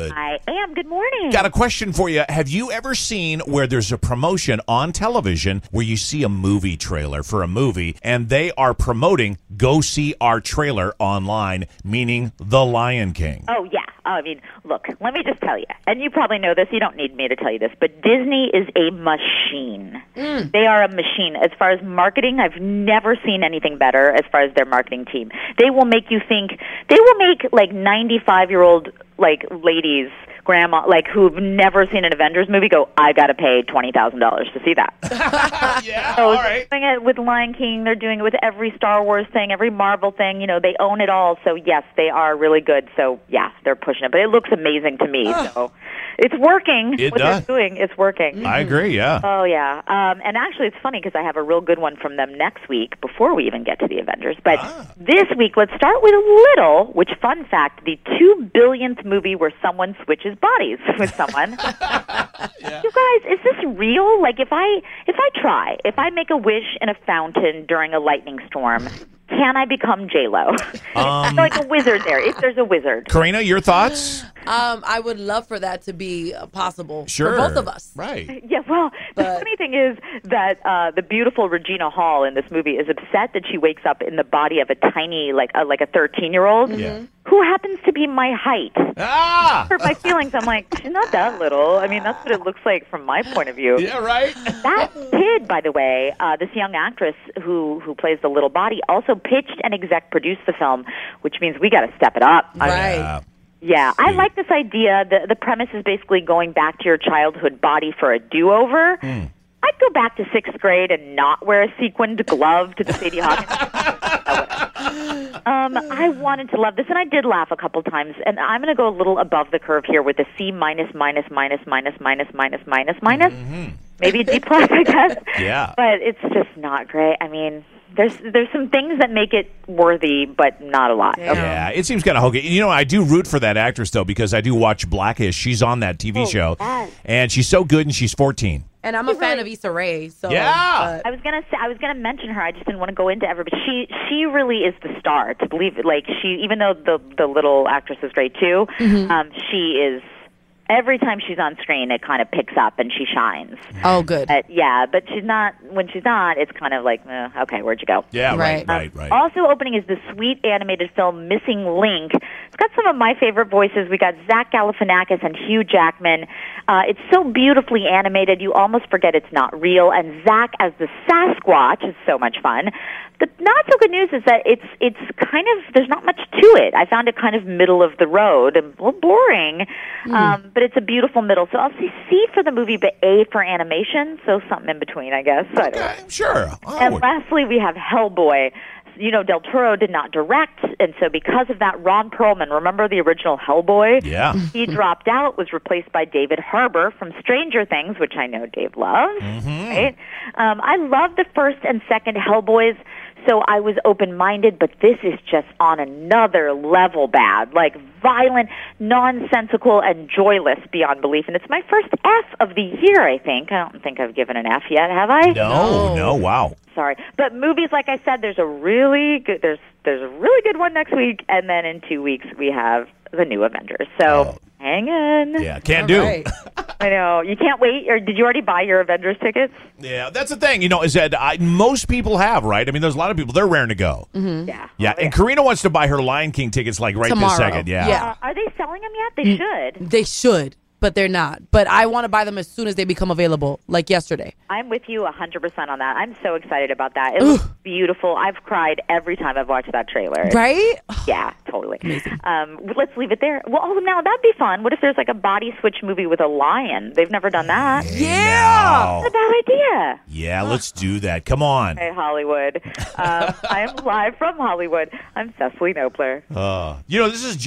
I am. Good morning. Got a question for you. Have you ever seen where there's a promotion on television where you see a movie trailer for a movie and they are promoting go see our trailer online, meaning The Lion King? Oh, yeah. Oh, I mean, look, let me just tell you, and you probably know this, you don't need me to tell you this, but Disney is a machine. Hmm. They are a machine. As far as marketing, I've never seen anything better as far as their marketing team. They will make you think, they will make like 95 year old like ladies, grandma, like who've never seen an Avengers movie go, I got to pay $20,000 to see that. Yeah, So they're doing it with Lion King. They're doing it with every Star Wars thing, every Marvel thing. You know, they own it all. So yes, they are really good. So yeah, they're pushing it. But it looks amazing to me. So it's working. It what does. they're doing, it's working. I agree, yeah. Oh yeah, um, and actually, it's funny because I have a real good one from them next week before we even get to the Avengers. But Ah. this week, let's start with a little, which fun fact: the two billionth movie where someone switches bodies with someone. You guys, is this real? Like, if I if I try, if I make a wish in a fountain during a lightning storm, can I become J Lo? Um, like a wizard there, if there's a wizard. Karina, your thoughts? Um, I would love for that to be uh, possible Sure. for both of us. Right. Yeah, well, the But- funny thing is that uh, the beautiful Regina Hall in this movie is upset that she wakes up in the body of a tiny, like a, like a thirteen-year-old Yeah. Mhm. who happens to be my height. Ah! Hurt my feelings. I'm like, she's not that little. I mean, that's what it looks like from my point of view. Yeah, right? That kid, by the way, uh, this young actress who who plays the little body, also pitched and exec produced the film, which means we got to step it up. I Right. Yeah. yeah, I like this idea. The the premise is basically going back to your childhood body for a do over. I'd go back to sixth grade and not wear a sequined glove to the Sadie Hawkins. um, I wanted to love this, and I did laugh a couple times. And I'm going to go a little above the curve here with a C minus minus minus minus minus minus minus minus. Maybe D plus, I guess. Yeah. But it's just not great. I mean, there's there's some things that make it worthy, but not a lot. Yeah. Yeah, it seems kind of hokey. You know, I do root for that actress though because I do watch Blackish. She's on that TV Oh, show, yes. and she's so good, and she's 14. And I'm a fan of Issa Rae, so Yeah. I was gonna say I was gonna mention her. I just didn't want to go into every. But she she really is the star. To believe it, like she, even though the the little actress is great too, um, she is. Every time she's on screen, it kind of picks up and she shines. but- oh, good. But yeah, but she's not. When she's not, it's kind of like, eh, okay, where'd you go? Yeah, right, Right. right, right. Um, Also opening is the sweet animated film Missing Link. It's got some of my favorite voices. We got Zach Galifianakis and Hugh Jackman. Uh, it's so beautifully animated, you almost forget it's not real. And Zach as the Sasquatch is so much fun. The not so good news is that it's it's kind of there's not much to it. I found it kind of middle of the road and a little boring, Hmm. um, but it's a beautiful middle. So I'll say C for the movie, but A for animation. So something in between, I guess. I don't know. Okay, sure. I And would- lastly, we have Hellboy. You know, Del Toro did not direct, and so because of that, Ron Perlman, remember the original Hellboy? Yeah. He dropped out, was replaced by David Harbour from Stranger Things, which I know Dave loves. Right? Um, I love the first and second Hellboys, so I was open minded, but this is just on another level bad. Like violent, nonsensical, and joyless beyond belief. And it's my first F of the year, I think. I don't think I've given an F yet, have I? No, No. no, wow. sorry. But movies, like I said, there's a really good there's there's a really good one next week, and then in two weeks we have the new Avengers. So hang in. Oh. Yeah, can't All do. right. I know you can't wait. Or did you already buy your Avengers tickets? Yeah, that's the thing. You know, is that I, most people have right. I mean, there's a lot of people they're raring to go. Mm-hmm. Yeah. Yeah, Oh, and Karina wants to buy her Lion King tickets like right Tomorrow. this second. Yeah. Yeah. Uh, are they selling them yet? They should. They should, but they're not. But I want to buy them as soon as they become available, like yesterday. I'm with you 100% on that. I'm so excited about that. It looks beautiful. I've cried every time I've watched that trailer. Right? Yeah, totally. Um, let's leave it there. Well, oh, now that'd be fun. What if there's like a body switch movie with a lion? They've never done that. Yeah. Now. What a bad idea. Oh, Yeah, let's do that. Come on. Hey, Hollywood. Um, I am live from Hollywood. I'm Cecily Nopler. Uh, You know, this is